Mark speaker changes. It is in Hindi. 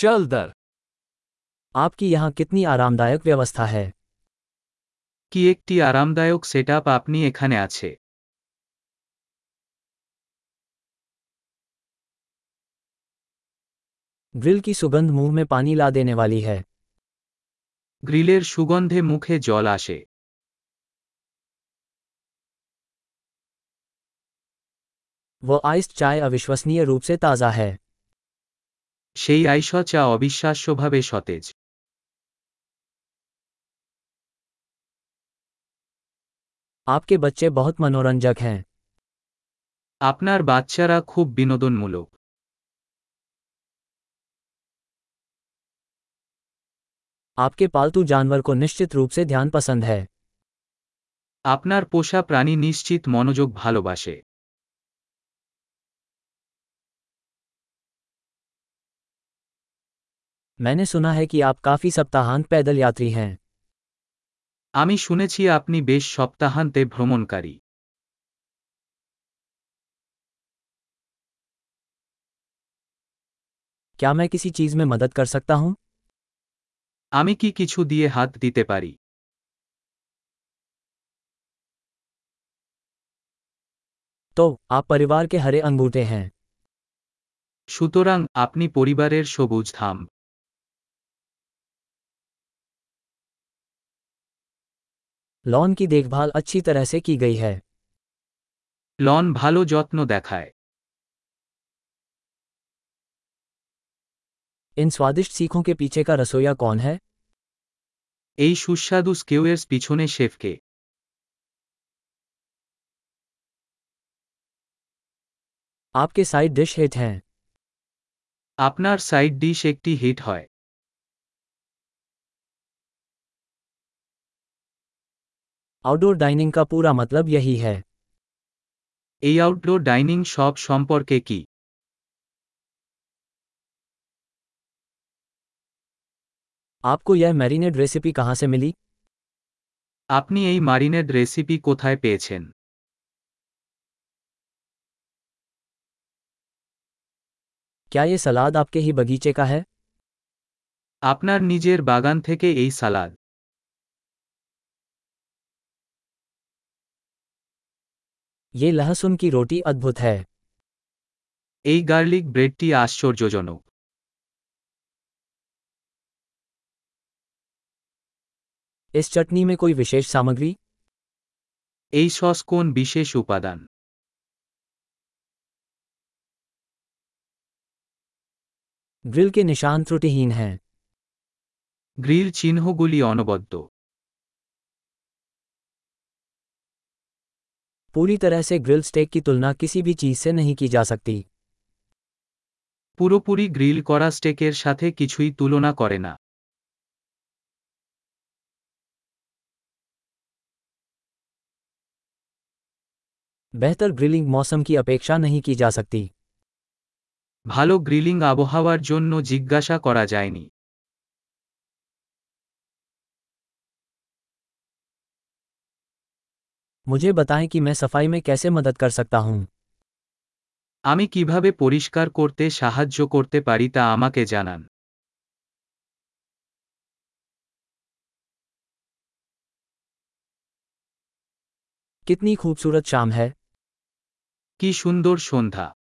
Speaker 1: चल दर
Speaker 2: आपकी यहाँ कितनी आरामदायक व्यवस्था है
Speaker 3: কি একটি আরামদায়ক সেটআপ আপনি এখানে আছে
Speaker 2: ग्रिल की सुगंध मुंह में पानी ला देने वाली है
Speaker 3: গ্রিলের সুগন্ধে মুখে জল আসে
Speaker 2: वो आइस्ड चाय अविश्वसनीय रूप से ताज़ा है
Speaker 3: সেই আইস চা অবিশ্বাস্যভাবে সতেজ
Speaker 2: आपके बच्चे बहुत मनोरंजक हैं
Speaker 3: আপনার বাচ্চারা খুব বিনোদনমূলক
Speaker 2: आपके पालतू जानवर को निश्चित रूप से ध्यान पसंद है
Speaker 3: আপনার পোষা প্রাণী নিশ্চিত মনোযোগ ভালোবাসে
Speaker 2: मैंने सुना है कि आप काफ़ी सप्ताहांत पैदल यात्री हैं
Speaker 3: আমি শুনেছি আপনি বেশ সপ্তাহান্তে ভ্রমণকারী
Speaker 2: क्या मैं किसी चीज़ में मदद कर सकता हूँ
Speaker 3: আমি কি কিছু দিয়ে হাত দিতে পারি
Speaker 2: तो आप परिवार के हरे अंगूठे हैं
Speaker 3: সুতরাং আপনি পরিবারের সবুজ ধাম
Speaker 2: लॉन की देखभाल अच्छी तरह से की गई है
Speaker 3: লন ভালো যত্ন দেখায়
Speaker 2: इन स्वादिष्ट सीखों के पीछे का रसोईया कौन है
Speaker 3: এই সুস্বাদু স্কেওয়েরস পিছনে শেফকে
Speaker 2: आपके साइड डिश हिट हैं
Speaker 3: আপনার সাইড ডিশ একটি হিট হয়
Speaker 2: आउटडोर डाइनिंग का पूरा मतलब यही है
Speaker 3: এই আউটডোর ডাইনিং সব সম্পর্কে কি
Speaker 2: आपको यह मैरिनेड रेसिपी कहाँ से मिली
Speaker 3: আপনি এই মারিনেড রেসিপি কোথায় পেয়েছেন
Speaker 2: क्या ये सलाद आपके ही बगीचे का है
Speaker 3: আপনার নিজের বাগান থেকে এই সালাদ
Speaker 2: ये लहसुन की रोटी अद्भुत है
Speaker 3: এই গার্লিক ব্রেডটি আশ্চর্যজনক
Speaker 2: इस चटनी में कोई विशेष सामग्री
Speaker 3: এই সস কোন বিশেষ উপাদান
Speaker 2: ग्रिल के निशान त्रुटिहीन हैं
Speaker 3: গ্রিল চিহ্নগুলি অনবদ্য
Speaker 2: पूरी तरह से ग्रिल स्टेक की तुलना किसी भी चीज़ से नहीं की जा सकती
Speaker 3: পুরোপুরি গ্রিল করা স্টেকের সাথে কিছুই তুলনা করে না
Speaker 2: बेहतर ग्रिलिंग मौसम की अपेक्षा नहीं की जा सकती
Speaker 3: ভালো গ্রিলিং আবহাওয়ার জন্য জিজ্ঞাসা করা যায়নি
Speaker 2: मुझे बताएं कि मैं सफाई में कैसे मदद कर सकता हूँ
Speaker 3: আমি কিভাবে পরিষ্কার করতে সাহায্য করতে পারি তা আমাকে জানান
Speaker 2: कितनी खूबसूरत शाम है
Speaker 3: কি সুন্দর সন্ধ্যা